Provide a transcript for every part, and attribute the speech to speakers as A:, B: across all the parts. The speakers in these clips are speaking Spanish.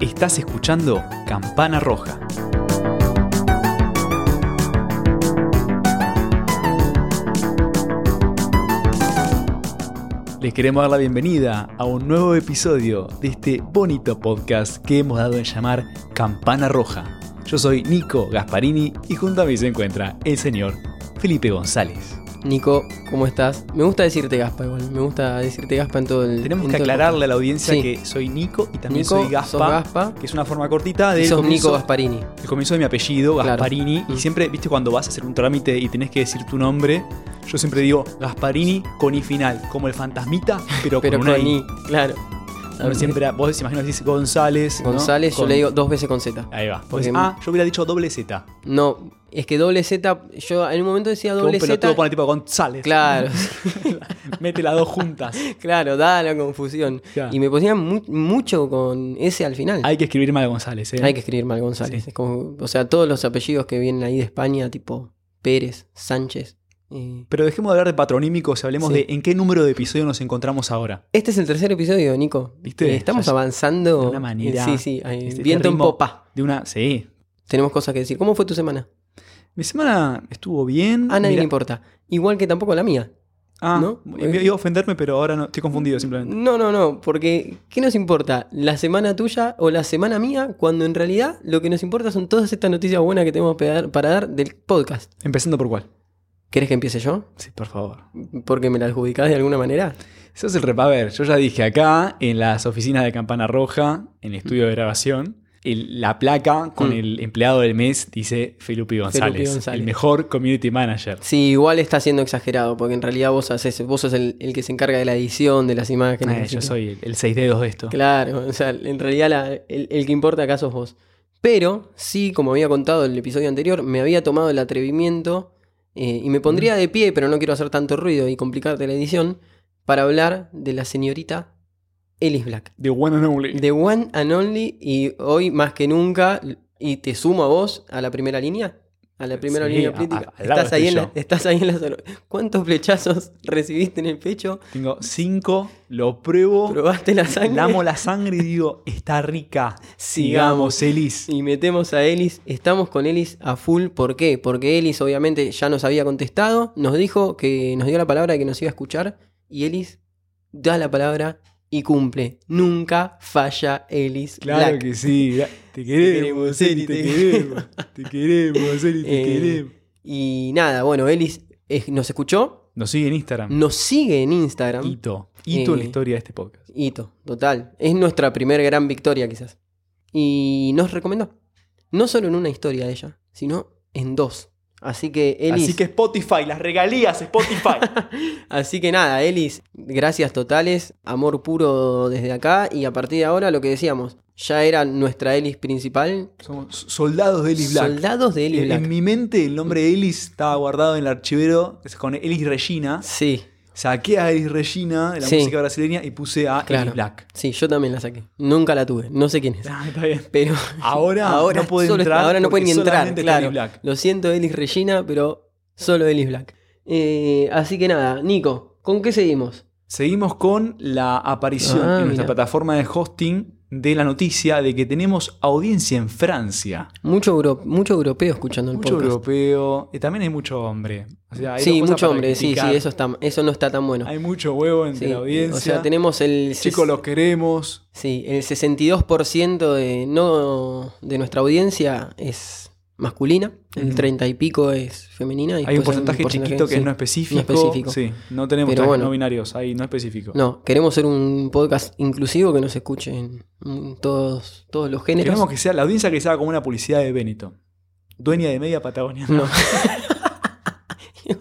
A: Estás escuchando Campana Roja. Les queremos dar la bienvenida a un nuevo episodio de este bonito podcast que hemos dado en llamar Campana Roja. Yo soy Nico Gasparini y junto a mí se encuentra el señor Felipe González.
B: Nico, ¿cómo estás? Me gusta decirte Gaspa igual, me gusta decirte Gaspa en todo el...
A: Tenemos
B: en
A: que
B: todo el
A: aclararle a la audiencia
B: Sí.
A: que soy Nico y también
B: Nico,
A: soy
B: sos
A: Gaspa, Ah,
B: Gaspa
A: que es una forma cortita de
B: y sos Nico Gasparini.
A: el comienzo de mi apellido,
B: Claro.
A: Gasparini, y
B: Mm.
A: siempre, viste, cuando vas a hacer un trámite y tenés que decir tu nombre, yo siempre digo Gasparini con I final, como el fantasmita, pero,
B: Pero
A: con
B: con
A: una I.
B: I, claro.
A: Uno siempre, era- vos imaginas, dices González. ¿no?
B: González, yo
A: Con-
B: le digo dos veces con Z.
A: Ahí va. Vos
B: Porque-
A: decís, ah, yo hubiera dicho doble Z. Que
B: No, es que doble Z, yo en un momento decía
A: un
B: doble
A: pelotudo
B: Z.
A: pone tipo González.
B: Claro,
A: Mete las dos juntas.
B: claro, da la confusión.
A: Claro.
B: Y me ponían mu- mucho con S al final.
A: Hay que escribir mal González, ¿eh?
B: Hay que escribir mal González.
A: Sí.
B: Es como- o sea, todos los apellidos que vienen ahí de España, tipo Pérez, Sánchez. eh,
A: Pero dejemos de hablar de patronímicos y hablemos
B: Sí.
A: de en qué número de episodio nos encontramos ahora.
B: Este es el tercer episodio, Nico.
A: ¿Viste?
B: Eh, Estamos
A: Ya-
B: avanzando.
A: de una manera.
B: Sí, sí. eh,
A: Este
B: viento en
A: ritmo-
B: popa.
A: De una. Sí.
B: Tenemos cosas que decir. ¿Cómo fue tu semana?
A: Mi semana estuvo bien.
B: A Ah, nadie
A: Mirá-
B: le importa. Igual que tampoco la mía.
A: Ah,
B: ¿no?
A: iba iba a ofenderme, pero ahora no, estoy confundido simplemente.
B: No, no, no. Porque, ¿qué nos importa? ¿La semana tuya o la semana mía? Cuando en realidad lo que nos importa son todas estas noticias buenas que tenemos para dar, para dar del podcast.
A: Empezando por cuál.
B: ¿Querés que empiece yo?
A: Sí, por favor.
B: Porque me la adjudicás de alguna manera.
A: Eso es el repaver. Yo ya dije acá, en las oficinas de Campana Roja, en el estudio de grabación, el- la placa con
B: Mm.
A: el empleado del mes dice Felupi González,
B: González.
A: el mejor community manager.
B: Sí, igual está siendo exagerado, porque en realidad vos haces, vos sos el, el que se encarga de la edición, de las imágenes.
A: Eh,
B: así
A: yo
B: que-
A: soy el, el seis dedos de esto.
B: Claro, o sea, en realidad la- el, el que importa acá sos vos. Pero, sí, como había contado en el episodio anterior, me había tomado el atrevimiento eh, y me pondría de pie, pero no quiero hacer tanto ruido y complicarte la edición, para hablar de la señorita Ellis Black.
A: De one and only.
B: The One and Only, y hoy más que nunca, y te sumo a vos a la primera línea. A la primera
A: Sí,
B: línea
A: a-
B: política.
A: a- al lado
B: Estás ahí, en
A: estoy
B: la, estás ahí en la solo- ¿Cuántos flechazos recibiste en el pecho?
A: Tengo cinco, lo pruebo,
B: ¿Probaste la sangre?
A: Oh. damos la sangre y digo, está rica.
B: Sigamos.
A: Sigamos, Elis.
B: Y metemos a Ellis, estamos con Ellis a full, ¿por qué? Porque Ellis obviamente ya nos había contestado, nos dijo que nos dio la palabra de que nos iba a escuchar y Ellis da la palabra y cumple. Nunca falla Ellis.
A: Claro
B: Black.
A: que sí. Te queremos,
B: queremos,
A: Eli,
B: Eli,
A: te
B: te
A: queremos. Te queremos, Eli, te
B: Eh,
A: queremos.
B: Y nada, bueno, Ellis eh, nos escuchó,
A: Nos sigue en Instagram.
B: nos sigue en Instagram.
A: Hito. Hito en la
B: Mm, Eh,
A: historia de este podcast.
B: Hito, total. Es nuestra primera gran victoria quizás. Y nos recomendó. No solo en una historia de ella, sino en dos. Así que Ellis...
A: Así que Spotify, las regalías Spotify.
B: Así que nada, Elis, gracias totales, amor puro desde acá y a partir de ahora lo que decíamos, ya era nuestra Elis principal,
A: Somos soldados de Ellis Black.
B: soldados de Elis
A: en,
B: Black.
A: en mi mente el nombre de Ellis estaba guardado en el archivero es con Ellis Regina.
B: Sí,
A: Saqué a Ellis Regina de la
B: Sí.
A: música brasileña y puse a
B: Claro.
A: Ellis Black.
B: sí, yo también la saqué, nunca la tuve, no sé quién es,
A: Ah, está bien.
B: pero
A: Ahora,
B: ahora,
A: no puede
B: solo-
A: entrar.
B: ahora no
A: porque
B: pueden ni entrar,
A: solamente está
B: claro.
A: Ellis Black.
B: Lo siento Elis Regina, pero solo Elis Black. Eh, así que nada, Nico, ¿con qué seguimos?
A: Seguimos con la aparición
B: Ah,
A: en nuestra
B: mira.
A: plataforma de hosting de la noticia de que tenemos audiencia en Francia.
B: Mucho, euro- mucho europeo escuchando el
A: Mucho
B: podcast.
A: europeo. y también hay mucho hombre. O sea, hay dos
B: Sí,
A: cosas
B: mucho
A: para
B: hombre, sí,
A: criticar.
B: sí, eso, está, eso no está tan bueno.
A: Hay mucho huevo entre
B: Sí,
A: la audiencia.
B: O sea, tenemos el, ses-
A: Chicos, los queremos.
B: sí, el 62% de, no, de nuestra audiencia es masculina, el
A: Ujú.
B: 30 y pico es femenina. Y
A: Hay un
B: después
A: porcentaje chiquito que
B: sí.
A: es no específico.
B: no específico.
A: Sí, no tenemos
B: Pero
A: trajes
B: bueno.
A: no binarios, ahí no específico.
B: No, queremos ser un podcast inclusivo que nos escuchen mm, todos, todos los géneros.
A: Queremos que sea la audiencia que sea como una publicidad de Benetton. Dueña de media Patagonia.
B: No.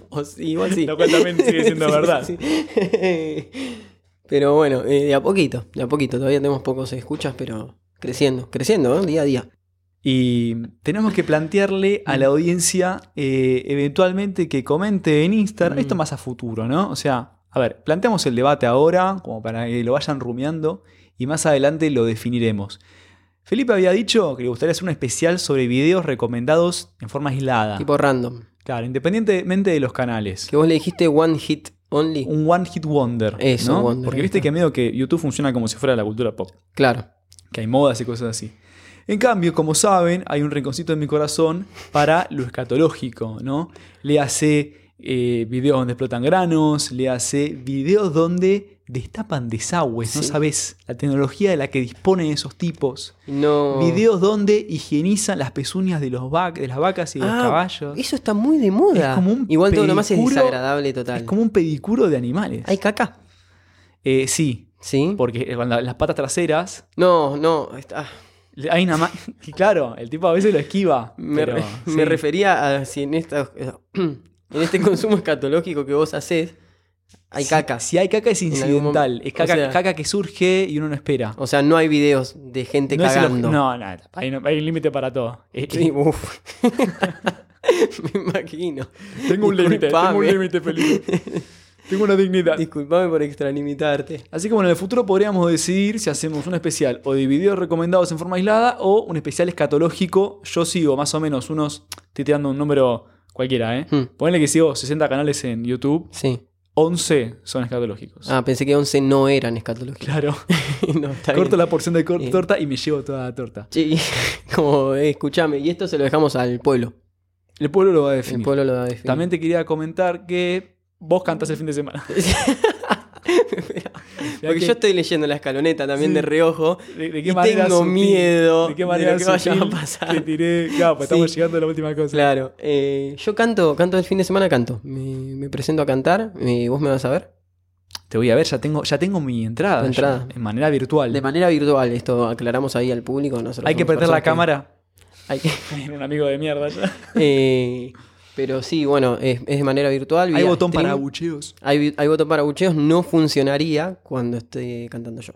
B: O sí, igual sí.
A: Lo cual también sigue siendo
B: Sí,
A: verdad.
B: sí, sí. Pero bueno, eh, de a poquito, de a poquito. Todavía tenemos pocos escuchas, pero creciendo, creciendo, ¿eh? día a día.
A: Y tenemos que plantearle a
B: Mm.
A: la audiencia eh, eventualmente que comente en Instagram.
B: Mm.
A: Esto más a futuro, ¿no? O sea, a ver, planteamos el debate ahora, como para que lo vayan rumiando, y más adelante lo definiremos. Felipe había dicho que le gustaría hacer un especial sobre videos recomendados en forma aislada.
B: Tipo random.
A: Claro, independientemente de los canales.
B: Que vos le dijiste One Hit Only.
A: Un one hit wonder.
B: Eso,
A: ¿no?
B: wonder,
A: Porque
B: ahí
A: viste
B: está.
A: que medio que YouTube funciona como si fuera la cultura pop,
B: Claro.
A: que hay modas y cosas así. En cambio, como saben, hay un rinconcito en mi corazón para lo escatológico, ¿no? Le hace eh, videos donde explotan granos, le hace videos donde destapan desagües, no
B: Sí.
A: sabes la tecnología de la que disponen esos tipos.
B: No.
A: Videos donde higienizan las pezuñas de, los vac- de las vacas y de los
B: Ah,
A: caballos.
B: Eso está muy de moda.
A: Es como un
B: Igual todo lo más es
A: pedicuro-
B: desagradable total.
A: Es como un pedicuro de animales.
B: Hay caca.
A: Eh, sí,
B: ¿Sí?
A: porque con la- las patas traseras
B: No, no. está-
A: Le- Hay una ma- y claro, el tipo a veces lo esquiva.
B: Me,
A: pero
B: re-
A: sí.
B: me refería a si en, esta, en este consumo escatológico que vos hacés hay
A: Si-
B: caca.
A: Si, hay caca es
B: algún
A: incidental.
B: momento.
A: Es caca,
B: O sea-
A: caca que surge y uno no espera.
B: O sea, no hay videos de gente
A: no, es el obje-
B: cagando.
A: no, nada. Hay, no- hay un límite para todo. Eh,
B: Sí,
A: eh,
B: uf. Me imagino.
A: tengo un límite, tengo un
B: disculpame.
A: límite, Felipe. tengo una dignidad.
B: Disculpame por extralimitarte.
A: Así que bueno, en el futuro podríamos decidir si hacemos un especial o de videos recomendados en forma aislada o un especial escatológico. Yo sigo más o menos unos, estoy tirando un número cualquiera, ¿eh?
B: Hmm.
A: Ponle que sigo 60 canales en YouTube,
B: Sí.
A: 11 son escatológicos.
B: Ah, pensé que 11 no eran escatológicos.
A: Claro.
B: no, está
A: Corto
B: bien.
A: la porción de cor-
B: Bien.
A: torta y me llevo toda la torta.
B: Sí, como eh, escuchame, y esto se lo dejamos al pueblo.
A: El pueblo lo va a
B: El
A: definir.
B: pueblo lo va a definir.
A: También te quería comentar que vos cantás el fin de semana. Mirá
B: Porque
A: que-
B: yo estoy leyendo la escaloneta también
A: Sí.
B: de reojo.
A: de, de
B: y tengo
A: sutil-
B: miedo
A: De qué manera
B: de lo que vaya
A: sutil
B: a pasar.
A: Te tiré. Claro, pues
B: Sí.
A: estamos llegando a la última cosa.
B: Claro, eh, yo canto, canto el fin de semana, canto. Me, me presento a cantar, eh, vos me vas a ver.
A: Te voy a ver, ya tengo, ya tengo mi entrada.
B: La entrada.
A: ya, en manera virtual.
B: De manera virtual, esto aclaramos ahí al público. nosotros
A: Hay que
B: somos
A: prender la
B: personas
A: cámara.
B: que- hay que-
A: Era un amigo de mierda ya.
B: eh, pero sí, bueno, es, es de manera virtual.
A: Hay
B: vía
A: botón
B: stream.
A: para abucheos.
B: Hay, vi- hay botón para bucheos, no funcionaría cuando esté cantando yo.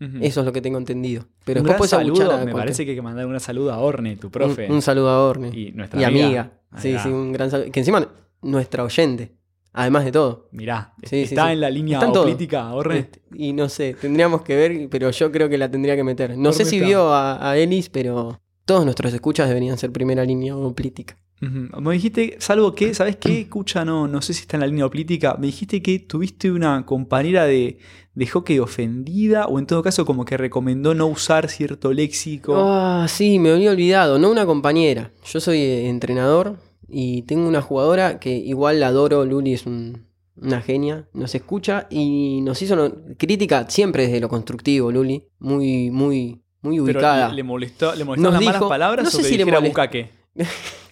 A: Ujú.
B: Eso es lo que tengo entendido. Pero
A: Mm. un
B: después
A: gran
B: puedes
A: saludo.
B: abuchear a
A: me
B: cualquier-
A: parece que hay que mandar una saludo a Orne, tu
B: un-
A: profe.
B: Un, saludo a Orne.
A: y nuestra
B: Y amiga.
A: Ahí
B: Sí,
A: va.
B: sí, un gran saludo. Que encima, nuestra oyente. Además de todo.
A: Mirá,
B: Sí, sí,
A: está
B: sí.
A: en la línea
B: Están todos.
A: política, Orne.
B: Este, Y no sé, tendríamos que ver, pero yo creo que la tendría que meter. No sé si
A: Corneta.
B: vio a, a Elis, pero todos nuestros escuchas deberían ser primera línea política.
A: Ujú. Me dijiste, salvo que, ¿sabes qué? Escucha, no, no sé si está en la línea política. Me dijiste que tuviste una compañera de, de hockey ofendida, o en todo caso, como que recomendó no usar cierto léxico.
B: Ah, sí, me había olvidado. No una compañera. Yo soy eh, entrenador y tengo una jugadora que igual la adoro. Luli es un- una genia. Nos escucha y nos hizo no- crítica siempre desde lo constructivo, Luli. Muy, muy, muy
A: Pero
B: ubicada.
A: le molestó, le molestaron
B: Nos
A: las malas
B: dijo-
A: palabras
B: no
A: o
B: sé
A: que
B: si le
A: dijera
B: molest-
A: bucaque.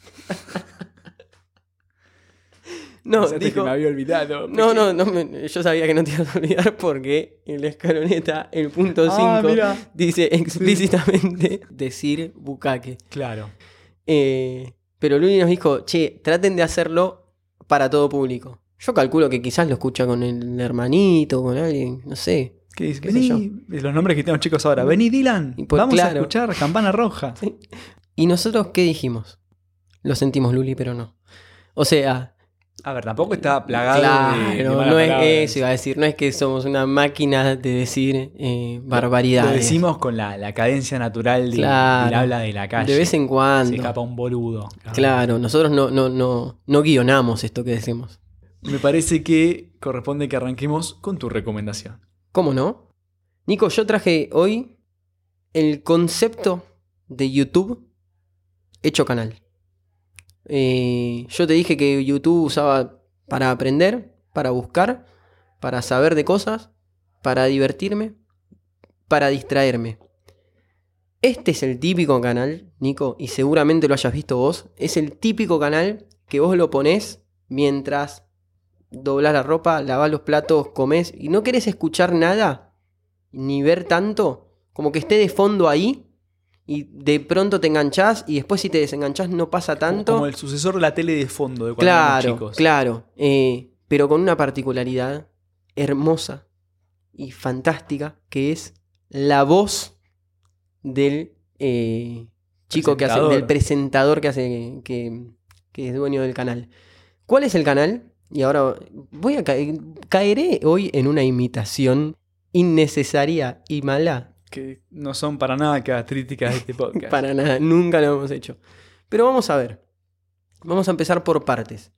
B: No,
A: Pensaste que
B: dijo,
A: me había olvidado.
B: No, no, no me- yo sabía que no te ibas a olvidar porque en la escaloneta, el punto 5,
A: Ah, mira.
B: dice explícitamente decir bucaque.
A: Claro.
B: Eh, pero Luli nos dijo, che, traten de hacerlo para todo público. Yo calculo que quizás lo escucha con el hermanito, con alguien, no sé.
A: ¿Qué dice?
B: ¿Qué sé
A: Vení, los nombres que tenemos chicos ahora. Vení, Dylan.
B: Y por-
A: Vamos a
B: claro.
A: escuchar Campana Roja.
B: ¿Y nosotros qué dijimos? Lo sentimos, Luli, pero no. O sea,
A: A ver, tampoco está plagado de, de
B: claro,
A: malas
B: no
A: palabras.
B: es eso, iba a decir, no es que somos una máquina de decir eh, barbaridades.
A: Lo decimos con la, la cadencia natural de,
B: Claro.
A: del habla de la calle.
B: De vez en
A: Se
B: cuando.
A: escapa un boludo.
B: Claro, nosotros no, no, no, no guionamos esto que decimos.
A: Me parece que corresponde que arranquemos con tu recomendación.
B: ¿Cómo no? Nico, yo traje hoy el concepto de YouTube hecho canal. Eh, yo te dije que YouTube usaba para aprender, para buscar, para saber de cosas, para divertirme, para distraerme. Este es el típico canal, Nico, y seguramente lo hayas visto vos. Es el típico canal que vos lo ponés mientras doblás la ropa, lavás los platos, comés y no querés escuchar nada ni ver tanto, como que esté de fondo ahí y de pronto te enganchás y después si te desenganchás no pasa tanto.
A: Como el sucesor de la tele de fondo de cuando éramos
B: Claro,
A: chicos.
B: claro. eh, pero con una particularidad hermosa y fantástica que es la voz del eh, chico que hace,
A: Presentador.
B: del presentador que hace, que, que es dueño del canal. ¿Cuál es el canal? Y ahora voy a caer, caeré hoy en una imitación innecesaria y mala
A: Que no son para nada características de este podcast.
B: para nada, nunca lo hemos hecho. Pero vamos a ver. Vamos a empezar por partes.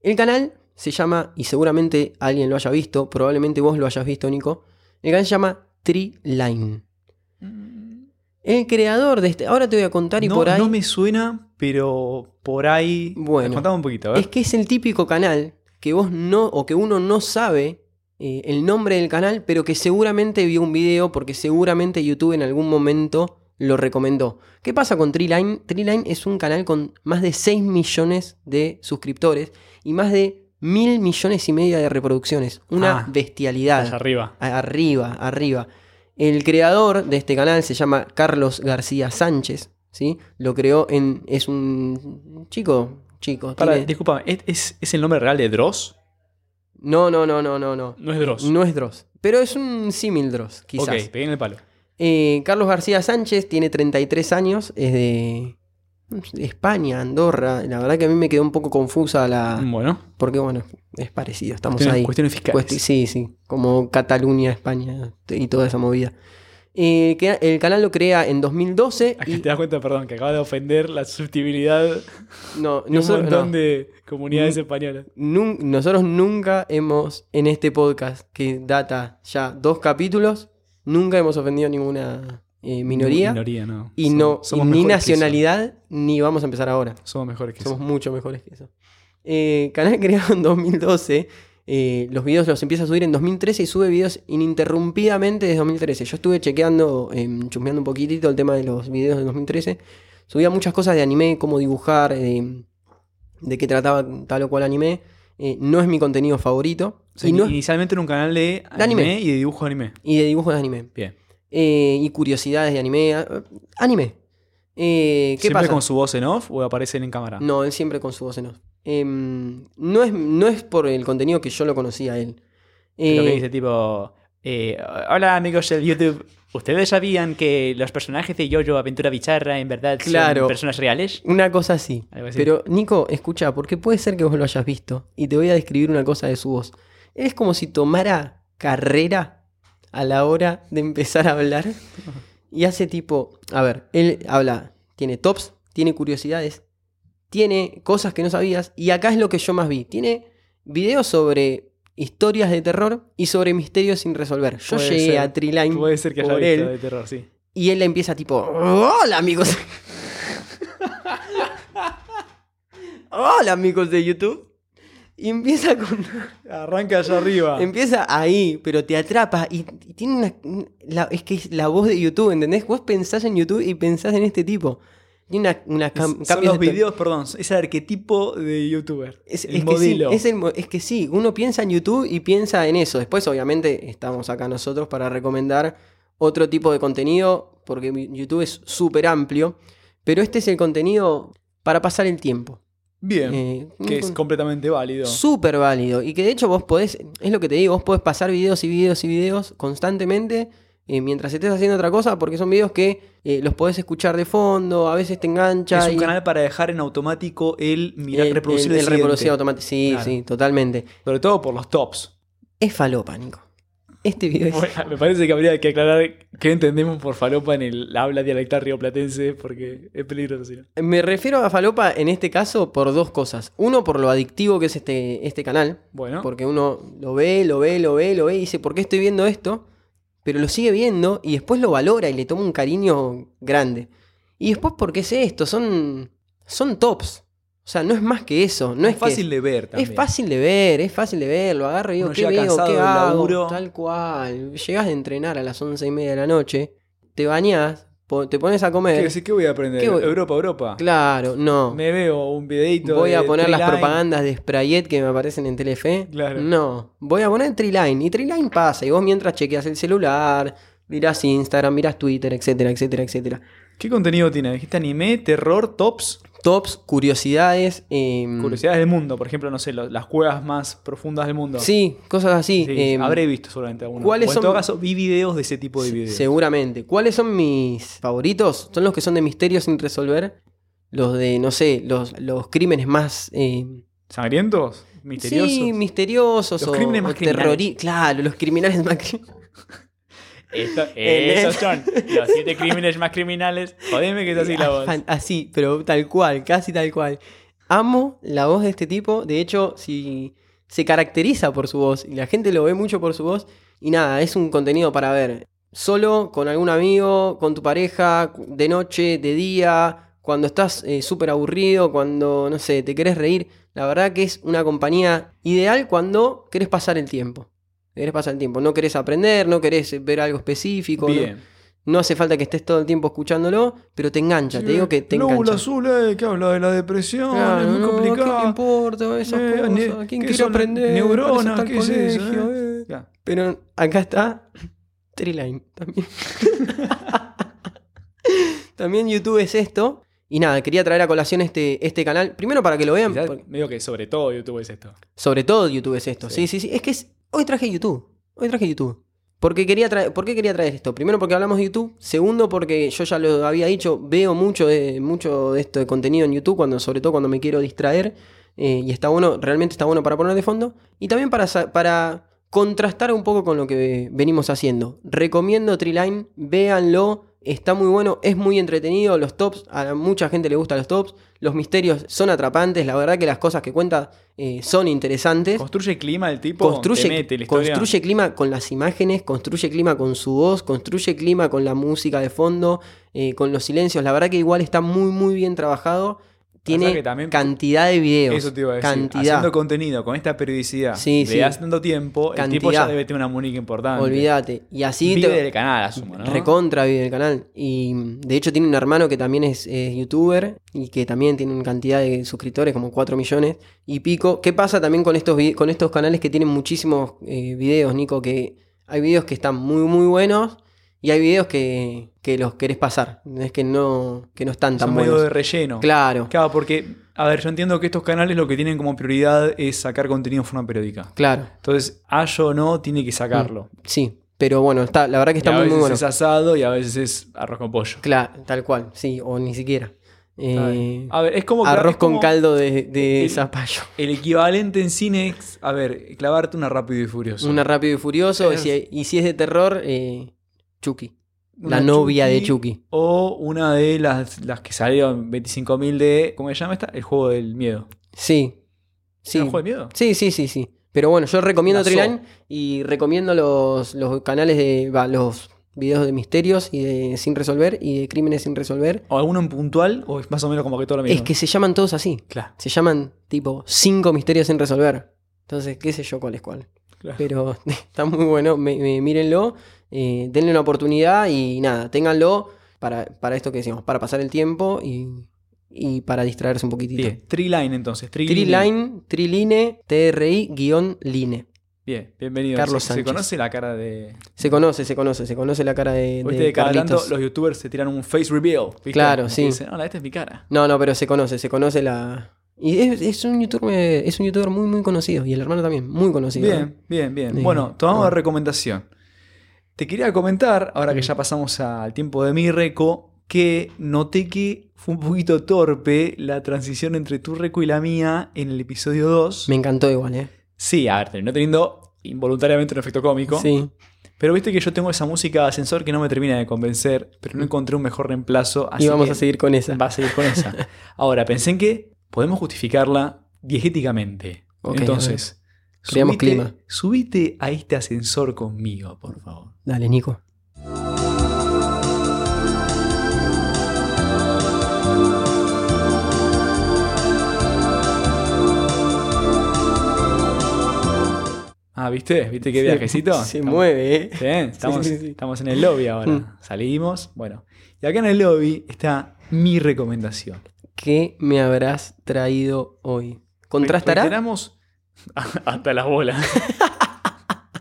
B: El canal se llama, y seguramente alguien lo haya visto, probablemente vos lo hayas visto, Nico. El canal se llama Tree Line.
A: Mm,
B: El creador de este. Ahora te voy a contar y
A: no,
B: por ahí.
A: no me suena, pero por ahí.
B: Bueno.
A: Contame un poquito, a ver.
B: Es que es el típico canal que vos no, o que uno no sabe eh, el nombre del canal, pero que seguramente vio un video porque seguramente YouTube en algún momento lo recomendó. ¿Qué pasa con Treeline? Treeline es un canal con más de 6 millones de suscriptores y más de mil millones y media de reproducciones. Una
A: Ah,
B: bestialidad.
A: Allá arriba.
B: A- Arriba, arriba. El creador de este canal se llama Carlos García Sánchez, ¿sí? Lo creó en... es un chico, chico.
A: Para,
B: tiene-
A: discúlpame, ¿es, es, es el nombre real de Dross?
B: No, no, no, no, no, no.
A: No es Dross.
B: No es Dross, pero es un símil Dross, quizás.
A: Ok, pegué en el palo.
B: Eh, Carlos García Sánchez tiene 33 años, es de España, Andorra. La verdad que a mí me quedó un poco confusa la...
A: Bueno,
B: Porque bueno, es parecido, Ah, estamos
A: cuestiones,
B: ahí.
A: Mm. cuestiones fiscales.
B: Cuesti- sí, sí, como Cataluña, España y toda esa movida. Eh, que el canal lo crea en 2012.
A: Acá
B: Y,
A: te das cuenta, perdón, que acaba de ofender la susceptibilidad de
B: no,
A: un
B: nosotros,
A: montón
B: no.
A: de comunidades
B: Mm.
A: españolas.
B: Nun- nosotros nunca hemos, en este podcast que data ya dos capítulos, nunca hemos ofendido a ninguna eh, minoría.
A: Minoría, no.
B: y
A: Somos-
B: no,
A: somos
B: y ni
A: mejores que eso.
B: nacionalidad, ni vamos a empezar ahora.
A: Somos mejores que
B: Somos
A: eso.
B: mucho mejores que eso. Eh, canal creado en 2012. eh, los videos los empieza a subir en 2013 y sube videos ininterrumpidamente desde 2013. Yo estuve chequeando, em, chusmeando un poquitito el tema de los videos de 2013. Subía muchas cosas de anime, cómo dibujar, eh, de qué trataba tal o cual anime. Eh, no es mi contenido favorito.
A: O sea,
B: y, no es-
A: Inicialmente era un canal de anime,
B: De anime.
A: y de dibujo de anime.
B: y de dibujos de anime.
A: Bien.
B: Eh, y curiosidades de anime. ah, Anime. Eh, ¿Qué
A: ¿Siempre
B: pasa?
A: con su voz en off o aparecen en cámara?
B: No, él siempre con su voz en off. Em, no, es, no es por el contenido que yo lo conocía a él.
A: Lo que
B: Eh,
A: dice tipo, eh, hola amigos de YouTube, ¿ustedes sabían que los personajes de Jojo Aventura Bicharra en verdad
B: Claro.
A: son personas reales?
B: una cosa así.
A: Algo así.
B: Pero, Nico, escucha, porque puede ser que vos lo hayas visto. Y te voy a describir una cosa de su voz. Es como si tomara carrera a la hora de empezar a hablar. Y hace tipo. A ver, él habla. Tiene tops, tiene curiosidades, tiene cosas que no sabías. Y acá es lo que yo más vi. Tiene videos sobre historias de terror y sobre misterios sin resolver. Yo
A: Puede
B: llegué
A: ser.
B: a Treeline
A: Puede ser que haya
B: por
A: visto
B: él.
A: de terror, sí.
B: y él empieza tipo. ¡Hola, amigos! ¡Hola, amigos de YouTube! Y empieza con.
A: Arranca allá arriba.
B: Empieza ahí, pero te atrapa y, y tiene una... la- es que es la voz de YouTube, ¿entendés? Vos pensás en YouTube y pensás en este tipo. Tiene una, una cam-
A: Son
B: cambios
A: los
B: de ton-
A: videos, perdón, es el arquetipo de youtuber.
B: Es,
A: el
B: es que sí,
A: modelo.
B: es, el mo- es que sí, uno piensa en YouTube y piensa en eso. Después, obviamente, estamos acá nosotros para recomendar otro tipo de contenido, porque mi- YouTube es súper amplio. Pero este es el contenido para pasar el tiempo.
A: Bien,
B: Eh, un
A: que es
B: con-
A: completamente válido.
B: Súper válido. Y que de hecho vos podés, es lo que te digo, vos podés pasar videos y videos y videos constantemente eh, mientras estés haciendo otra cosa, porque son videos que eh, los podés escuchar de fondo, a veces te engancha.
A: Es un
B: y-
A: canal para dejar en automático el mirar,
B: el-
A: reproducir
B: el,
A: el,
B: el
A: siguiente.
B: reproducir automático. Sí,
A: Claro.
B: sí, totalmente.
A: Sobre todo por los tops.
B: Es falopa, Nico. Este video es.
A: Bueno, me parece que habría que aclarar qué entendemos por falopa en el habla dialectal rioplatense, porque es peligroso. si no.
B: Me refiero a falopa en este caso por dos cosas. Uno, por lo adictivo que es este, este canal.
A: Bueno,
B: Porque uno lo ve, lo ve, lo ve, lo ve y dice, ¿por qué estoy viendo esto? Pero lo sigue viendo y después lo valora y le toma un cariño grande. Y después, ¿por qué es esto? Son, son tops. O sea, no es más que eso. No es,
A: es
B: que-
A: fácil de ver también.
B: Es fácil de ver, es fácil de ver. Lo agarro y digo,
A: Uno
B: ¿qué
A: llega
B: veo?
A: cansado
B: ¿Qué
A: del
B: hago?
A: laburo.
B: Tal cual. Llegás de entrenar a las once y media de la noche, te bañás, po- te pones a
A: ¿Qué,
B: comer.
A: decir, ¿Qué voy a aprender?
B: ¿Qué voy-
A: Europa, Europa.
B: Claro, no.
A: Me veo un videito.
B: Voy a
A: de
B: poner las
A: Treeline.
B: propagandas de Sprayet que me aparecen en Telefe.
A: Claro.
B: No, voy a poner Treeline. Y Treeline pasa. Y vos mientras chequeas el celular, mirás Instagram, mirás Twitter, etcétera, etcétera, etcétera.
A: ¿Qué contenido tiene? Dijiste anime, terror, tops,
B: Tops, curiosidades. eh,
A: curiosidades del mundo. Por ejemplo, no sé, lo- las cuevas más profundas del mundo.
B: Sí, cosas así.
A: Sí,
B: eh,
A: habré visto seguramente alguno.
B: ¿cuáles
A: O en
B: son-
A: todo caso, vi videos de ese tipo de videos.
B: Seguramente. ¿Cuáles son mis favoritos? Son los que son de misterios sin resolver. Los de, no sé, los, los crímenes más. eh,
A: ¿Sangrientos? ¿Misteriosos?
B: Sí, misteriosos.
A: Los
B: o,
A: crímenes
B: o
A: más criminales.
B: terrori- Claro, los criminales más. cri-
A: Esto- eh,
B: En
A: esos
B: el-
A: son los siete crímenes más criminales. Jodeme que es así la
B: Ah,
A: voz.
B: fan- Así, pero tal cual, casi tal cual. Amo la voz de este tipo. De hecho, si se caracteriza por su voz y la gente lo ve mucho por su voz. Y nada, es un contenido para ver. solo, con algún amigo, con tu pareja, de noche, de día, cuando estás eh, súper aburrido, cuando, no sé, te querés reír. La verdad que es una compañía ideal cuando querés pasar el tiempo. Querés pasar el tiempo, no querés aprender, no querés ver algo específico. no-
A: Bien.
B: No, hace falta que estés todo el tiempo escuchándolo, pero te engancha, te digo que te
A: Lóbulo
B: engancha.
A: azul, eh, que habla de la depresión,
B: Claro,
A: es muy
B: no, ¿a quién
A: complicado.
B: importa esas
A: Eh,
B: cosas?
A: ne-
B: ¿Quién
A: ¿qué
B: quiere
A: son las
B: aprender?
A: neuronas?
B: Para eso está el
A: ¿Qué es eso,
B: colegio, eh?
A: Ya.
B: Pero acá está Treeline también. también YouTube es esto. Y nada, quería traer a colación este, este canal. Primero para que lo vean.
A: Quizás
B: porque-
A: Medio que sobre todo YouTube es esto.
B: sobre todo YouTube es esto.
A: Sí.
B: Sí, sí, sí. Es que es- hoy traje YouTube. Hoy traje YouTube. Porque quería traer, ¿Por qué quería traer esto? Primero porque hablamos de YouTube. Segundo porque yo ya lo había dicho, veo mucho de, mucho de esto de contenido en YouTube, cuando, sobre todo cuando me quiero distraer. eh, y está bueno, realmente está bueno para poner de fondo. Y también para, sa- para contrastar un poco con lo que venimos haciendo. Recomiendo Triline, véanlo. Está muy bueno, es muy entretenido. Los tops, a mucha gente le gustan los tops. Los misterios son atrapantes. La verdad que las cosas que cuenta eh, son interesantes.
A: Construye clima el tipo,
B: Construye,
A: te mete la historia.
B: construye clima con las imágenes, construye clima con su voz, construye clima con la música de fondo, eh, con los silencios. La verdad que igual está muy, muy bien trabajado.
A: que
B: Tiene
A: también-
B: cantidad de videos.
A: Eso te iba a decir.
B: Cantidad.
A: Haciendo contenido con esta periodicidad,
B: Sí,
A: le
B: sí.
A: das tanto tiempo, el tipo
B: Cantidad.
A: ya debe tener una munica importante.
B: Olvídate. Y así
A: Vive
B: te-
A: del canal, asumo, ¿no?
B: Recontra vive el canal. Y mm, de hecho tiene un hermano que también es, eh, youtuber y que también tiene una cantidad de suscriptores, como 4 millones y pico. ¿Qué pasa también con estos, vi- con estos canales que tienen muchísimos eh, videos, Nico? Que hay videos que están muy, muy buenos y hay videos que, que los querés pasar. Es que no, que no están
A: Son
B: tan
A: medio
B: buenos.
A: de relleno.
B: Claro,
A: Claro, porque, a ver, yo entiendo que estos canales lo que tienen como prioridad es sacar contenido de forma periódica.
B: claro.
A: Entonces, haya o no, tiene que sacarlo.
B: Sí, pero bueno, está, la verdad que
A: Y
B: Mm, está
A: a
B: muy,
A: veces
B: muy bueno.
A: es asado y a veces es arroz con pollo.
B: Claro, tal cual, sí, o ni siquiera.
A: Está
B: Eh,
A: bien. Ah, a ver, es como,
B: arroz
A: es
B: con
A: como
B: caldo de, de
A: el-
B: zapallo.
A: El equivalente en cine es, a ver, clavarte una rápido y furioso.
B: Una Rápido y Furioso. Y
A: Es-
B: si, y si es de terror, eh, Chucky.
A: Una
B: la novia de Chucky.
A: O una de las, las que salieron 25.000 de. ¿Cómo se llama esta? El juego del miedo.
B: Sí.
A: ¿Era
B: Sí.
A: ¿El juego del miedo?
B: sí, sí, sí, sí. Pero bueno, yo recomiendo
A: La
B: Triline y recomiendo los, los canales de. va, los videos de misterios y de Sin Resolver y de Crímenes Sin Resolver.
A: ¿O alguno en puntual? ¿O es más o menos como que todo lo mismo?
B: Es que se llaman todos así.
A: Claro,
B: Se llaman tipo cinco misterios sin resolver. Entonces, qué sé yo cuál es cuál.
A: claro.
B: Pero está muy bueno, me- me- mírenlo, eh, denle una oportunidad y nada, ténganlo para, para esto que decíamos, para pasar el tiempo y, y para distraerse un poquitito.
A: Bien. Triline entonces. Tri
B: Triline, Triline, TRI-Line.
A: Bien, bienvenido.
B: Carlos
A: se, se
B: Sánchez.
A: conoce la cara de.
B: Se conoce, se conoce, se conoce la cara de,
A: Viste,
B: de
A: de cada tanto
B: Carlitos.
A: los youtubers se tiran un face reveal. ¿viste?
B: Claro,
A: Como que
B: sí.
A: Dicen, hola, esta es mi cara.
B: No, no, pero se conoce, se conoce la... Y es, es un youtuber, es un youtuber muy, muy conocido. Y el hermano también, muy conocido. ¿eh?
A: bien, bien, bien.
B: Sí.
A: Bueno, tomamos la
B: Bueno.
A: recomendación. Te quería comentar, ahora que
B: Mm.
A: ya pasamos al tiempo de mi reco, que noté que fue un poquito torpe la transición entre tu reco y la mía en el episodio 2.
B: Me encantó igual, ¿eh?
A: Sí, a ver, terminó teniendo involuntariamente un efecto cómico.
B: Sí.
A: Pero viste que yo tengo esa música de ascensor que no me termina de convencer, pero no encontré un mejor reemplazo. Así
B: Mm. y vamos
A: que
B: a seguir con esa.
A: Va a seguir con esa. Ahora, pensé en que podemos justificarla diegéticamente.
B: Ok,
A: Entonces,
B: Creamos
A: subite-
B: clima.
A: subite a este ascensor conmigo, por favor.
B: Dale, Nico.
A: Ah, ¿viste? ¿Viste qué viajecito?
B: Se, se
A: Estamos-
B: mueve, ¿eh?
A: ¿Sí? Estamos,
B: sí, sí.
A: estamos en el lobby ahora.
B: Mm.
A: Salimos. Bueno. Y acá en el lobby está mi recomendación.
B: ¿Qué me habrás traído hoy? ¿Contrastará?
A: Reiteramos hasta las bolas.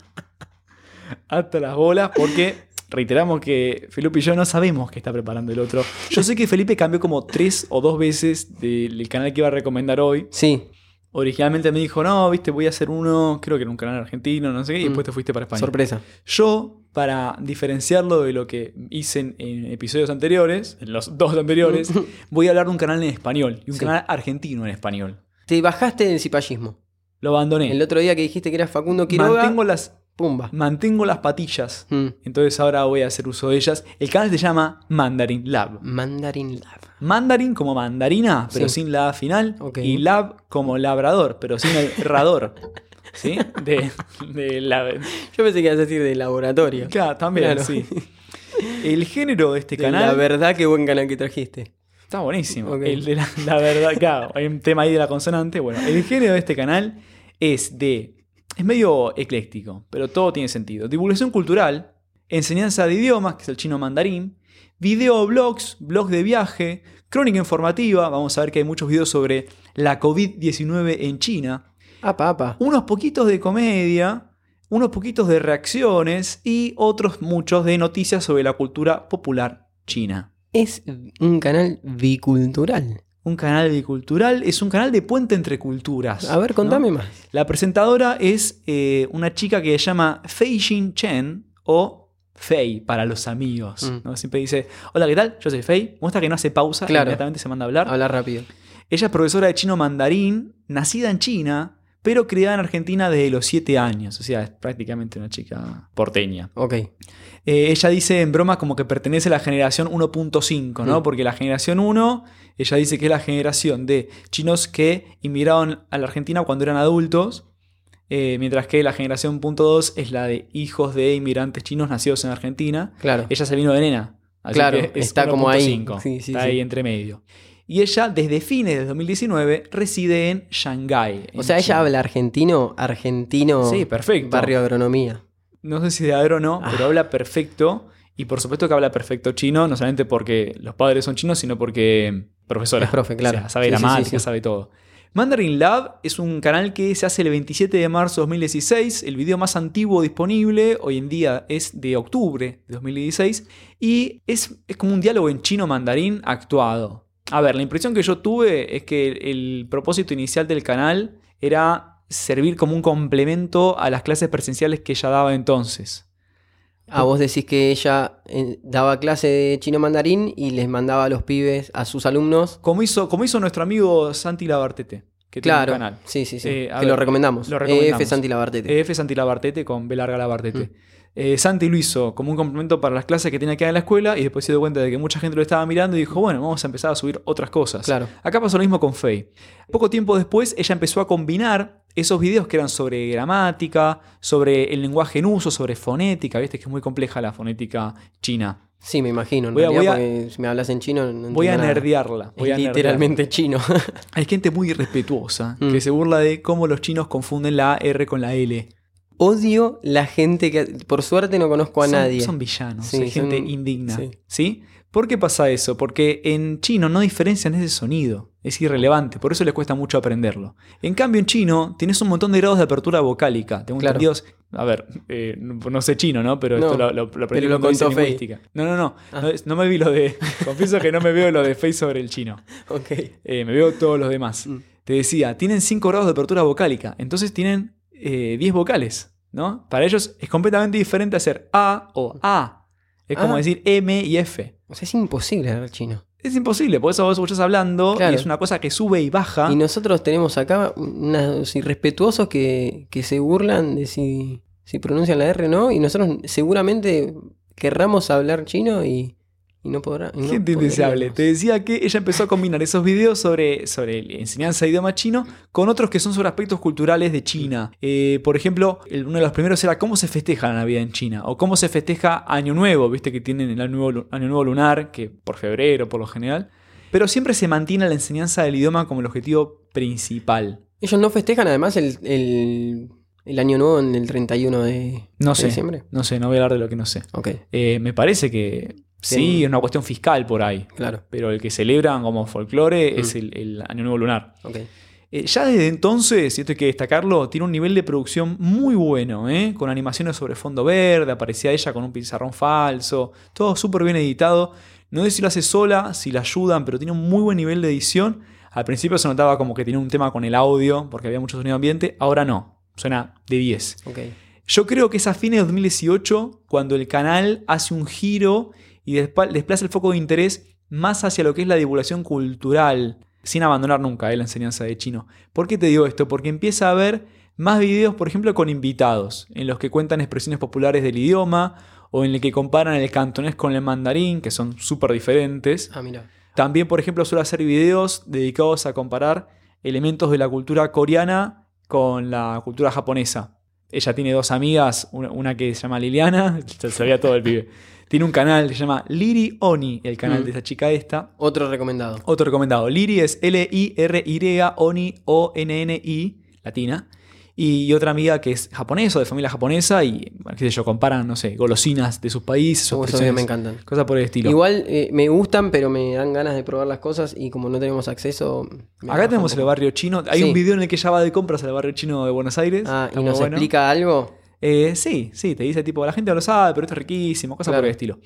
A: hasta las bolas, porque reiteramos que Felipe y yo no sabemos qué está preparando el otro. Yo sé que Felipe cambió como tres o dos veces del canal que iba a recomendar hoy.
B: Sí,
A: Originalmente me dijo, no, viste, voy a hacer uno, creo que era un canal argentino, no sé qué, y
B: Mm.
A: después te fuiste para España.
B: sorpresa.
A: Yo, para diferenciarlo de lo que hice en, en episodios anteriores, en los dos anteriores, voy a hablar de un canal en español y un
B: Sí.
A: canal argentino en español.
B: Te bajaste del cipallismo.
A: Lo abandoné.
B: El otro día que dijiste que era Facundo Quiroga,
A: mantengo las,
B: pumba.
A: mantengo las patillas.
B: Mm.
A: Entonces ahora voy a hacer uso de ellas. El canal se llama Mandarin Lab.
B: Mandarin Lab.
A: Mandarin como mandarina, pero
B: Sí.
A: sin la final.
B: Ok.
A: Y lab como labrador, pero sin el rador. ¿sí? De, de la...
B: Yo pensé que ibas a decir de laboratorio.
A: Claro, también,
B: Claro.
A: sí. El género de este
B: De La
A: canal
B: verdad, qué buen canal que trajiste.
A: está buenísimo.
B: Ok.
A: El de la, la verdad, claro, hay un tema ahí de la consonante. Bueno, el género de este canal es de... Es medio ecléctico, pero todo tiene sentido. Divulgación cultural, enseñanza de idiomas, que es el chino mandarín, videoblogs, blogs de viaje, crónica informativa, vamos a ver que hay muchos videos sobre la COVID-19 en China,
B: Apa, apa.
A: unos poquitos de comedia, unos poquitos de reacciones y otros muchos de noticias sobre la cultura popular china.
B: Es un canal bicultural.
A: Un canal bicultural es un canal de puente entre culturas.
B: A ver,
A: ¿no?
B: contame más.
A: La presentadora es eh, una chica que se llama Fei Xin Chen o Fei para los amigos.
B: Mm.
A: ¿no? Siempre dice, hola, ¿qué tal? Yo soy Fei. Muestra que no hace pausa,
B: Claro.
A: inmediatamente se manda a hablar.
B: Habla rápido.
A: Ella es profesora de chino mandarín, nacida en China, pero criada en Argentina desde los 7 años. O sea, es prácticamente una chica porteña.
B: Ok.
A: Eh, ella dice en broma como que pertenece a la generación 1.5, ¿no?
B: Mm.
A: Porque la generación 1, ella dice que es la generación de chinos que inmigraron a la Argentina cuando eran adultos, eh, mientras que la generación 2 es la de hijos de inmigrantes chinos nacidos en Argentina.
B: Claro.
A: Ella se vino de nena. Así
B: Claro,
A: que es
B: está como ahí.
A: 1.5,
B: Sí, sí,
A: está
B: sí.
A: ahí entre medio. Y ella, desde fines de 2019, reside en Shanghái. en
B: O sea,
A: China.
B: ella habla argentino, argentino.
A: eh, Sí, perfecto.
B: Barrio agronomía.
A: No sé si de agro o no, pero habla perfecto. Y por supuesto que habla perfecto chino, no solamente porque los padres son chinos, sino porque profesora.
B: Es profe, claro.
A: O sea, sabe
B: Sí, sí, sí,
A: gramática,
B: sí.
A: sabe todo. Mandarin Lab es un canal que se hace el 27 de marzo de 2016. El video más antiguo disponible hoy en día es de octubre de 2016. Y es, es como un diálogo en chino mandarín actuado. A ver, la impresión que yo tuve es que el propósito inicial del canal era servir como un complemento a las clases presenciales que ya daba entonces.
B: Ah, vos decís que ella eh, daba clase de chino mandarín y les mandaba a los pibes, a sus alumnos.
A: Como hizo, como hizo nuestro amigo Santi Labartete, que
B: Claro.
A: tiene un canal.
B: Sí, sí, sí.
A: Eh, a
B: que
A: ver,
B: lo recomendamos.
A: lo recomendamos. Eh,
B: EF Santi Labartete.
A: F Santi Labartete con B larga Labartete.
B: Mm.
A: Eh, Santi lo hizo como un complemento para las clases que tenía que dar en la escuela y después se dio cuenta de que mucha gente lo estaba mirando y dijo, bueno, vamos a empezar a subir otras cosas.
B: claro.
A: Acá pasó lo mismo con Faye. Poco tiempo después, ella empezó a combinar esos videos que eran sobre gramática, sobre el lenguaje en uso, sobre fonética. Viste que es muy compleja la fonética china.
B: Sí, me imagino. En
A: Voy a-
B: realidad,
A: voy
B: porque si me hablas en chino, no entiendo
A: Voy a
B: nada.
A: nerdearla.
B: Es
A: voy a nerdearla.
B: literalmente chino.
A: Hay gente muy irrespetuosa
B: Mm.
A: que se burla de cómo los chinos confunden la R con la L.
B: Odio la gente que. Por suerte no conozco a
A: son,
B: nadie.
A: son villanos,
B: Sí,
A: hay gente
B: son-
A: indigna.
B: sí.
A: Sí. ¿Por qué pasa eso? Porque en chino no diferencian ese sonido. Es irrelevante, por eso les cuesta mucho aprenderlo. En cambio, en chino tienes un montón de grados de apertura vocálica. Tengo
B: Claro.
A: entendidos- A ver, eh, no no sé chino, ¿no? Pero esto
B: No,
A: lo, lo, lo aprendí
B: pero lo
A: cuando hice
B: contó Fei.
A: lingüística. No, no, no.
B: Ah.
A: No, es- no me vi lo de. Confieso que no me veo lo de Face sobre el chino.
B: Ok.
A: Eh, me veo todos los demás.
B: Mm.
A: Te decía, tienen 5 grados de apertura vocálica, entonces tienen 10 vocales, ¿no? Para ellos es completamente diferente hacer A o A. Es como
B: Ah.
A: decir M y F.
B: O sea, es imposible hablar chino.
A: Es imposible, por eso vos escuchás hablando
B: Claro.
A: y es una cosa que sube y baja.
B: Y nosotros tenemos acá unos irrespetuosos que, que se burlan de si, si pronuncian la R o no. Y nosotros seguramente querramos hablar chino y, y no podrá. y no
A: Gente indeseable.
B: podríamos.
A: Te decía que ella empezó a combinar esos videos sobre, sobre la enseñanza de idioma chino con otros que son sobre aspectos culturales de China. Eh, por ejemplo, el- uno de los primeros era cómo se festeja la Navidad en China o cómo se festeja Año Nuevo, viste que tienen el Año Nuevo, lu- Año Nuevo lunar, que por febrero por lo general. Pero siempre se mantiene la enseñanza del idioma como el objetivo principal.
B: Ellos no festejan además el, el, el año nuevo en el 31 de,
A: No
B: de
A: sé,
B: diciembre.
A: no sé, no voy a hablar de lo que no sé.
B: Ok,
A: Eh, me parece que sí,
B: Sí.
A: es una cuestión fiscal por ahí.
B: claro.
A: Pero el que celebran como folclore es
B: Mm.
A: el- el Año Nuevo lunar.
B: Ok.
A: Eh, ya desde entonces, y esto hay que destacarlo, tiene un nivel de producción muy bueno, ¿eh? con animaciones sobre fondo verde, aparecía ella con un pizarrón falso, todo súper bien editado. No sé si lo hace sola, si la ayudan, pero tiene un muy buen nivel de edición. Al principio se notaba como que tenía un tema con el audio, porque había mucho sonido ambiente, ahora no, suena de 10.
B: Ok.
A: Yo creo que es a fines de 2018 cuando el canal hace un giro y despa- desplaza el foco de interés más hacia lo que es la divulgación cultural, sin abandonar nunca eh, la enseñanza de chino. ¿Por qué te digo esto? Porque empieza a haber más videos, por ejemplo, con invitados, en los que cuentan expresiones populares del idioma o en el que comparan el cantonés con el mandarín, que son súper diferentes.
B: Ah, mira.
A: También, por ejemplo, suele hacer videos dedicados a comparar elementos de la cultura coreana con la cultura japonesa. Ella tiene dos amigas, una, una que se llama Liliana, se sabía todo el pibe. Tiene un canal que se llama Liri Oni, el canal
B: Mm.
A: de esa chica esta.
B: Otro recomendado.
A: Otro recomendado. Liri es L-I-R-Y, Oni, O-N-N-I, latina. Y otra amiga que es japonesa, o de familia japonesa, y, bueno, qué sé yo, comparan, no sé, golosinas de sus países, sus
B: Oh, esos videos
A: precios,
B: me encantan.
A: cosas por el estilo.
B: Igual eh, me gustan, pero me dan ganas de probar las cosas y como no tenemos acceso. me baja
A: Acá
B: un
A: tenemos el
B: poco.
A: barrio chino. Hay
B: Sí.
A: un video en el que ella va de compras al barrio chino de Buenos Aires.
B: Ah,
A: Está
B: y
A: muy
B: nos
A: bueno.
B: explica algo.
A: Eh, sí, sí, te dice tipo, la gente no lo sabe, pero esto es riquísimo, cosas por
B: Claro.
A: el estilo.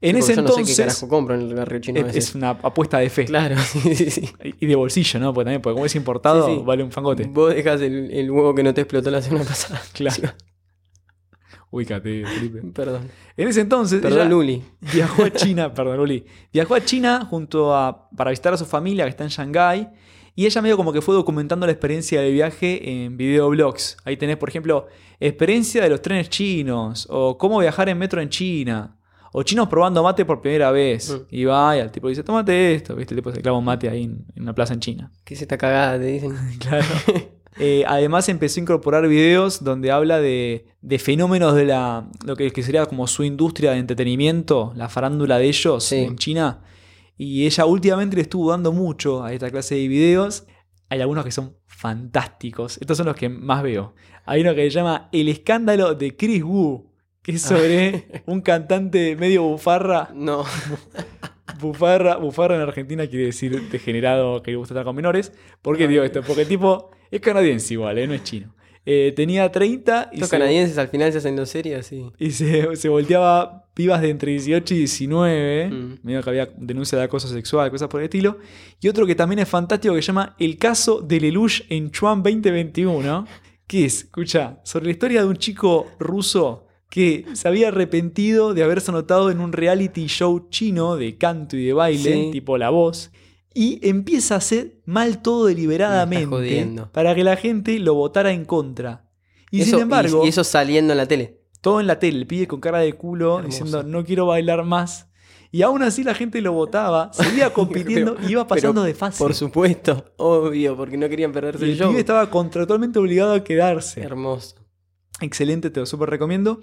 A: En
B: Tipo,
A: ese
B: yo no sé qué
A: entonces,
B: carajo compro en el barrio chino.
A: es,
B: a
A: es
B: veces.
A: una apuesta de fe.
B: Claro, sí, sí, sí.
A: Y de bolsillo, ¿no? Porque también, porque como es importado,
B: Sí, sí.
A: vale un fangote.
B: Vos dejas el, el huevo que no te explotó la semana pasada.
A: Claro. Ubícate, Felipe.
B: Perdón.
A: En ese entonces,
B: Perdón,
A: ella
B: Luli.
A: viajó a China, perdón, Uli. Viajó a China junto a, para visitar a su familia que está en Shanghái. Y ella medio como que fue documentando la experiencia de viaje en videoblogs. Ahí tenés, por ejemplo, experiencia de los trenes chinos, o cómo viajar en metro en China, o chinos probando mate por primera vez.
B: Mm.
A: Y va, y al tipo dice, tómate esto, ¿viste? El tipo se clava un mate ahí en- en una plaza en China.
B: ¿Qué es esta cagada? Te dicen.
A: Claro. Eh, además empezó a incorporar videos donde habla de, de fenómenos de la lo que, que sería como su industria de entretenimiento, la farándula de ellos
B: Sí.
A: en China. Y ella últimamente le estuvo dando mucho a esta clase de videos. Hay algunos que son fantásticos. Estos son los que más veo. Hay uno que se llama El escándalo de Chris Wu, que es sobre un cantante medio bufarra.
B: No.
A: Bufarra, bufarra en Argentina quiere decir degenerado que le gusta estar con menores. ¿Por qué digo esto? Porque el tipo es canadiense igual, ¿eh? no es chino. Eh, tenía 30 y,
B: Estos
A: se,
B: canadienses al final se hacen los serios y.
A: y se, se volteaba pibas de entre 18 y 19.
B: Mm.
A: Medio que había denuncia de acoso sexual, cosas por el estilo. Y otro que también es fantástico que se llama El caso de Lelouch en Chuan 2021. Que es, escucha, sobre la historia de un chico ruso que se había arrepentido de haberse anotado en un reality show chino de canto y de baile,
B: Sí.
A: tipo La Voz, y empieza a hacer mal todo deliberadamente
B: jodiendo.
A: para que la gente lo votara en contra. Y
B: Eso-
A: sin embargo,
B: Y, y eso saliendo en la tele.
A: todo en la tele, el pibe con cara de culo
B: Hermoso.
A: diciendo no quiero bailar más. Y aún así la gente lo votaba, seguía compitiendo
B: Pero-
A: y iba pasando
B: pero
A: de fase.
B: Por supuesto. Obvio, porque no querían perderse
A: Y
B: el
A: el
B: show.
A: pibe estaba contractualmente obligado a quedarse.
B: Hermoso.
A: Excelente, te lo súper recomiendo.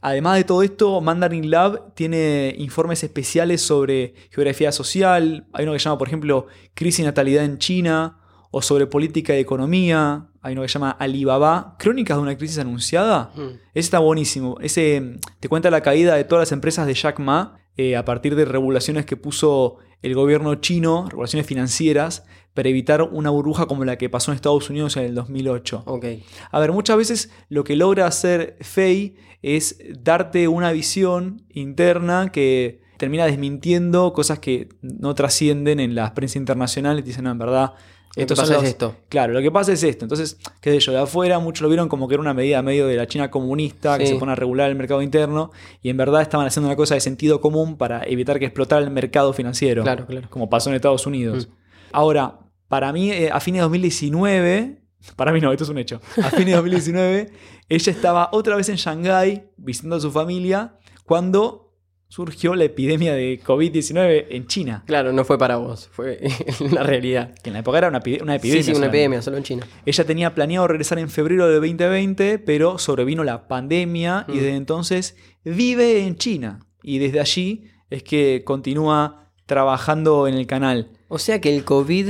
A: Además de todo esto, Mandarin Lab tiene informes especiales sobre geografía social. Hay uno que llama, por ejemplo, Crisis y Natalidad en China, o sobre política y economía. Hay uno que llama Alibaba, Crónicas de una crisis anunciada.
B: Mm.
A: Ese está buenísimo. Ese mm, te cuenta la caída de todas las empresas de Jack Ma eh, a partir de regulaciones que puso el gobierno chino, regulaciones financieras, para evitar una burbuja como la que pasó en Estados Unidos en el 2008.
B: Ok.
A: A ver, muchas veces lo que logra hacer Fey es darte una visión interna que termina desmintiendo cosas que no trascienden en la prensa internacional y te dicen, "No, en verdad,
B: Lo que
A: estos son
B: pasa es
A: los-
B: esto.
A: Claro, lo que pasa es esto. Entonces, qué sé yo, de afuera muchos lo vieron como que era una medida medio de la China comunista que
B: Sí.
A: se pone a regular el mercado interno y en verdad estaban haciendo una cosa de sentido común para evitar que explotara el mercado financiero,
B: Claro, claro. Mm.
A: como pasó en Estados Unidos. Ahora, para mí, eh, a fines de 2019, para mí no, esto es un hecho, a fines de 2019, ella estaba otra vez en Shanghái visitando a su familia cuando surgió la epidemia de COVID-19 en China,
B: Claro, no fue para vos. Fue la realidad.
A: que en la época era una, epi- una epidemia.
B: Sí, sí, una
A: solamente.
B: epidemia, solo en China.
A: Ella tenía planeado regresar en febrero del 2020, pero sobrevino la pandemia y
B: Mm.
A: desde entonces vive en China. Y desde allí es que continúa trabajando en el canal.
B: O sea que el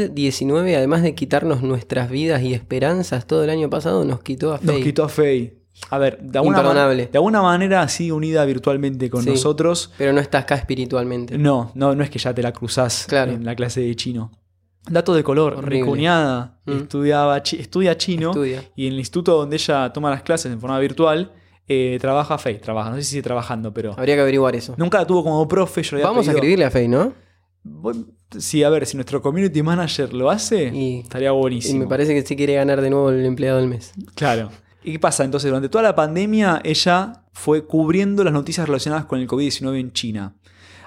B: COVID-19, además de quitarnos nuestras vidas y esperanzas todo el año pasado, nos quitó a
A: Nos
B: Faye.
A: quitó a Faye. A ver, de alguna, man-
B: Imperdonable.
A: de alguna manera así unida virtualmente con
B: Sí.
A: nosotros.
B: Pero no estás acá espiritualmente.
A: No, no, no es que ya te la cruzás
B: Claro.
A: en la clase de chino. Dato de color,
B: Horrible.
A: mi cuñada
B: Mm.
A: estudiaba chi- estudia chino.
B: Estudia.
A: Y en el instituto donde ella toma las clases en forma virtual, eh, trabaja Faye, trabaja, no sé si sigue trabajando, pero
B: Habría que averiguar eso.
A: nunca la tuvo como profe. Yo le había
B: Vamos a
A: pedido-
B: escribirle a Faye, ¿no?
A: Voy- Sí, a ver, si nuestro community manager lo hace,
B: Y-
A: estaría
B: Y
A: buenísimo.
B: me parece que sí quiere ganar de nuevo el empleado del mes.
A: Claro. ¿Y qué pasa? Entonces, durante toda la pandemia, ella fue cubriendo las noticias relacionadas con el COVID-19 en China.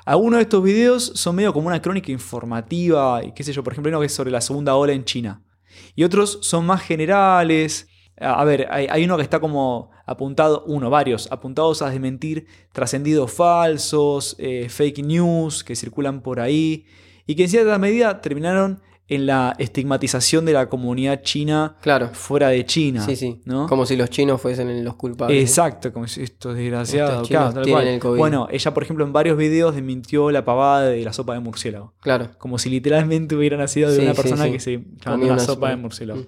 A: Algunos de estos videos son medio como una crónica informativa, y qué sé yo, por ejemplo, hay uno que es sobre la segunda ola en China. Y otros son más generales. A a ver, hay, hay uno que está como apuntado, uno, varios, apuntados a desmentir trascendidos falsos, eh, fake news que circulan por ahí, y que en cierta medida terminaron en la estigmatización de la comunidad china
B: Claro.
A: fuera de China.
B: Sí, sí.
A: ¿no?
B: Como si los chinos fuesen los culpables.
A: Exacto, como si esto es desgraciado.
B: Estos chinos
A: claro, tal
B: tienen
A: cual.
B: el COVID.
A: Bueno, ella, por ejemplo, en varios videos desmintió la pavada de la sopa de murciélago.
B: Claro.
A: Como si literalmente hubiera nacido de
B: Sí,
A: una
B: sí,
A: persona
B: sí.
A: que se llamaba
B: Comía
A: una
B: una
A: sopa
B: sopa.
A: de murciélago.
B: Mm.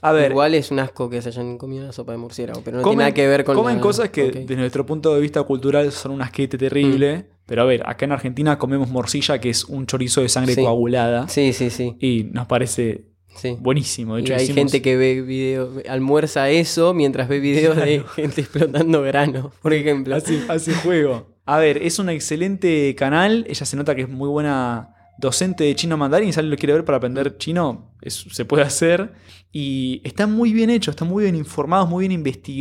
A: A ver,
B: Igual es un asco que se hayan comido una sopa de murciélago, pero no
A: comen,
B: tiene nada que ver con
A: comen
B: la-
A: cosas que
B: Ok. Mm.
A: desde nuestro punto de vista cultural son un asquete terrible. Pero a ver, acá en Argentina comemos morcilla, que es un chorizo de sangre
B: Sí.
A: coagulada.
B: Sí, sí, sí.
A: Y nos parece
B: sí.
A: buenísimo. De hecho,
B: y hay
A: hicimos-
B: gente que ve videos, almuerza eso mientras ve videos de gente explotando grano, por ejemplo.
A: Hace, hace juego. A ver, es un excelente canal. Ella se nota que es muy buena docente de chino mandarín. Si alguien lo quiere ver para aprender chino, es- se puede hacer. Y están muy bien hechos, están muy bien informados, muy bien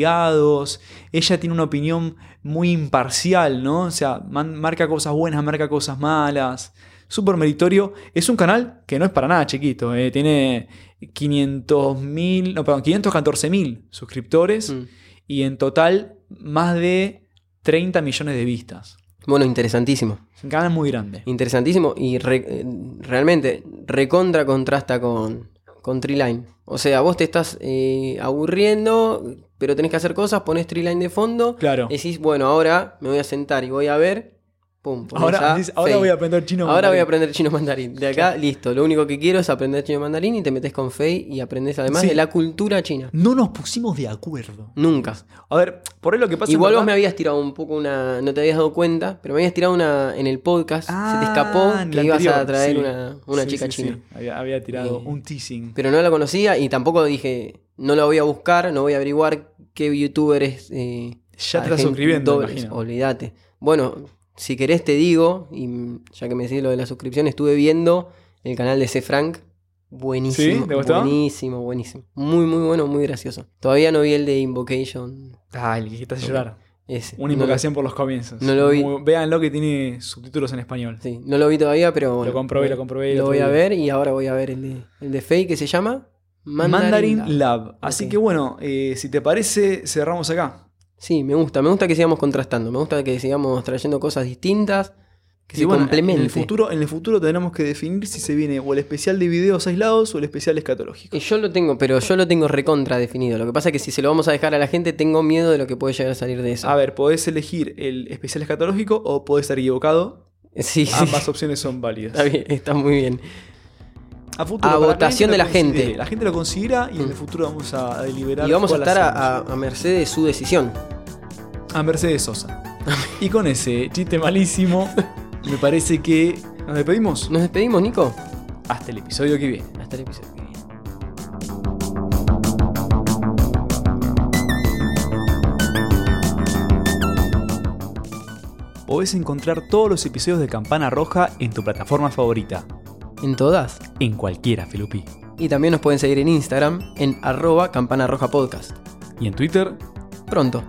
A: investigados. Ella tiene una opinión muy imparcial, ¿no? O sea, man- marca cosas buenas, marca cosas malas. Súper meritorio. Es un canal que no es para nada chiquito. eh. Tiene 500.000, no, perdón, 514.000 suscriptores
B: Mm.
A: y en total más de 30 millones de vistas.
B: Bueno, interesantísimo.
A: Es un canal muy grande.
B: Interesantísimo y re- eh, realmente recontra contrasta con, con Treeline. O sea, vos te estás eh, aburriendo, pero tenés que hacer cosas, pones Treeline de fondo,
A: Claro.
B: decís, bueno, ahora me voy a sentar y voy a ver. Pum, ponés
A: Ahora,
B: a
A: dice, ahora
B: Fei.
A: voy a aprender chino.
B: Ahora voy a
A: mandarín.
B: aprender chino mandarín. De acá, listo. Lo único que quiero es aprender chino mandarín y te metes con Fei y aprendes además
A: Sí.
B: de la cultura china.
A: No nos pusimos de acuerdo.
B: Nunca.
A: A ver, por ahí lo que pasa.
B: Igual vos me
A: ¿verdad?
B: habías tirado un poco una. No te habías dado cuenta, pero me habías tirado una en el podcast. se te escapó
A: Ah, en
B: que
A: la
B: ibas
A: anterior,
B: a traer
A: sí.
B: una, una
A: Sí,
B: chica
A: sí,
B: china.
A: sí. Había, había tirado
B: Eh,
A: un teasing.
B: Pero no la conocía y tampoco dije. No la voy a buscar, no voy a averiguar qué youtuber es. eh,
A: Ya te estás
B: argent-
A: suscribiendo,
B: doble-
A: imagino.
B: Olvídate. Bueno, si querés te digo, y mm, ya que me decís lo de la suscripción, estuve viendo el canal de C. Frank. Buenísimo.
A: ¿Sí? ¿Te gustó?
B: Buenísimo, buenísimo. Muy, muy bueno, muy gracioso. Todavía no vi el de Invocation.
A: Ay, que estás a llorar.
B: ese.
A: Una
B: No lo-
A: invocación por los comienzos.
B: no lo vi.
A: Muy- Véanlo que tiene subtítulos en español.
B: Sí, no lo vi todavía, pero bueno.
A: Lo comprobé, lo comprobé el
B: Lo
A: otro
B: voy a
A: día.
B: ver y ahora voy a ver el de, el de Faye que se llama
A: Mandarin,
B: Lab.
A: Lab. Así
B: Ok.
A: que bueno, eh, si te parece, cerramos acá.
B: Sí, me gusta. Me gusta que sigamos contrastando. Me gusta que sigamos trayendo cosas distintas que
A: Y
B: se
A: bueno,
B: complementen.
A: En el, futuro, en el futuro tendremos que definir si se viene o el especial de videos aislados o el especial escatológico.
B: Y Eh, Yo lo tengo, pero yo lo tengo recontra definido. Lo que pasa es que si se lo vamos a dejar a la gente, tengo miedo de lo que puede llegar a salir de eso.
A: A ver, podés elegir el especial escatológico o podés estar equivocado.
B: sí, sí.
A: Ambas opciones son válidas.
B: Está bien, está muy bien.
A: A, futuro,
B: A
A: para la
B: votación
A: gente
B: de
A: lo
B: la gente. Mm.
A: considere. La gente lo considera y en el futuro vamos a deliberar.
B: Y vamos a
A: cuál
B: estar
A: hacemos.
B: a, a- a merced de su decisión.
A: a Mercedes Sosa. y con ese chiste malísimo, me parece que nos despedimos.
B: Nos despedimos, Nico.
A: Hasta el episodio que viene.
B: Hasta el episodio. que viene.
A: Podés encontrar todos los episodios de Campana Roja en tu plataforma favorita.
B: En todas.
A: En cualquiera, Felupi.
B: Y también nos pueden seguir en Instagram en arroba campana roja podcast.
A: Y en Twitter,
B: Pronto.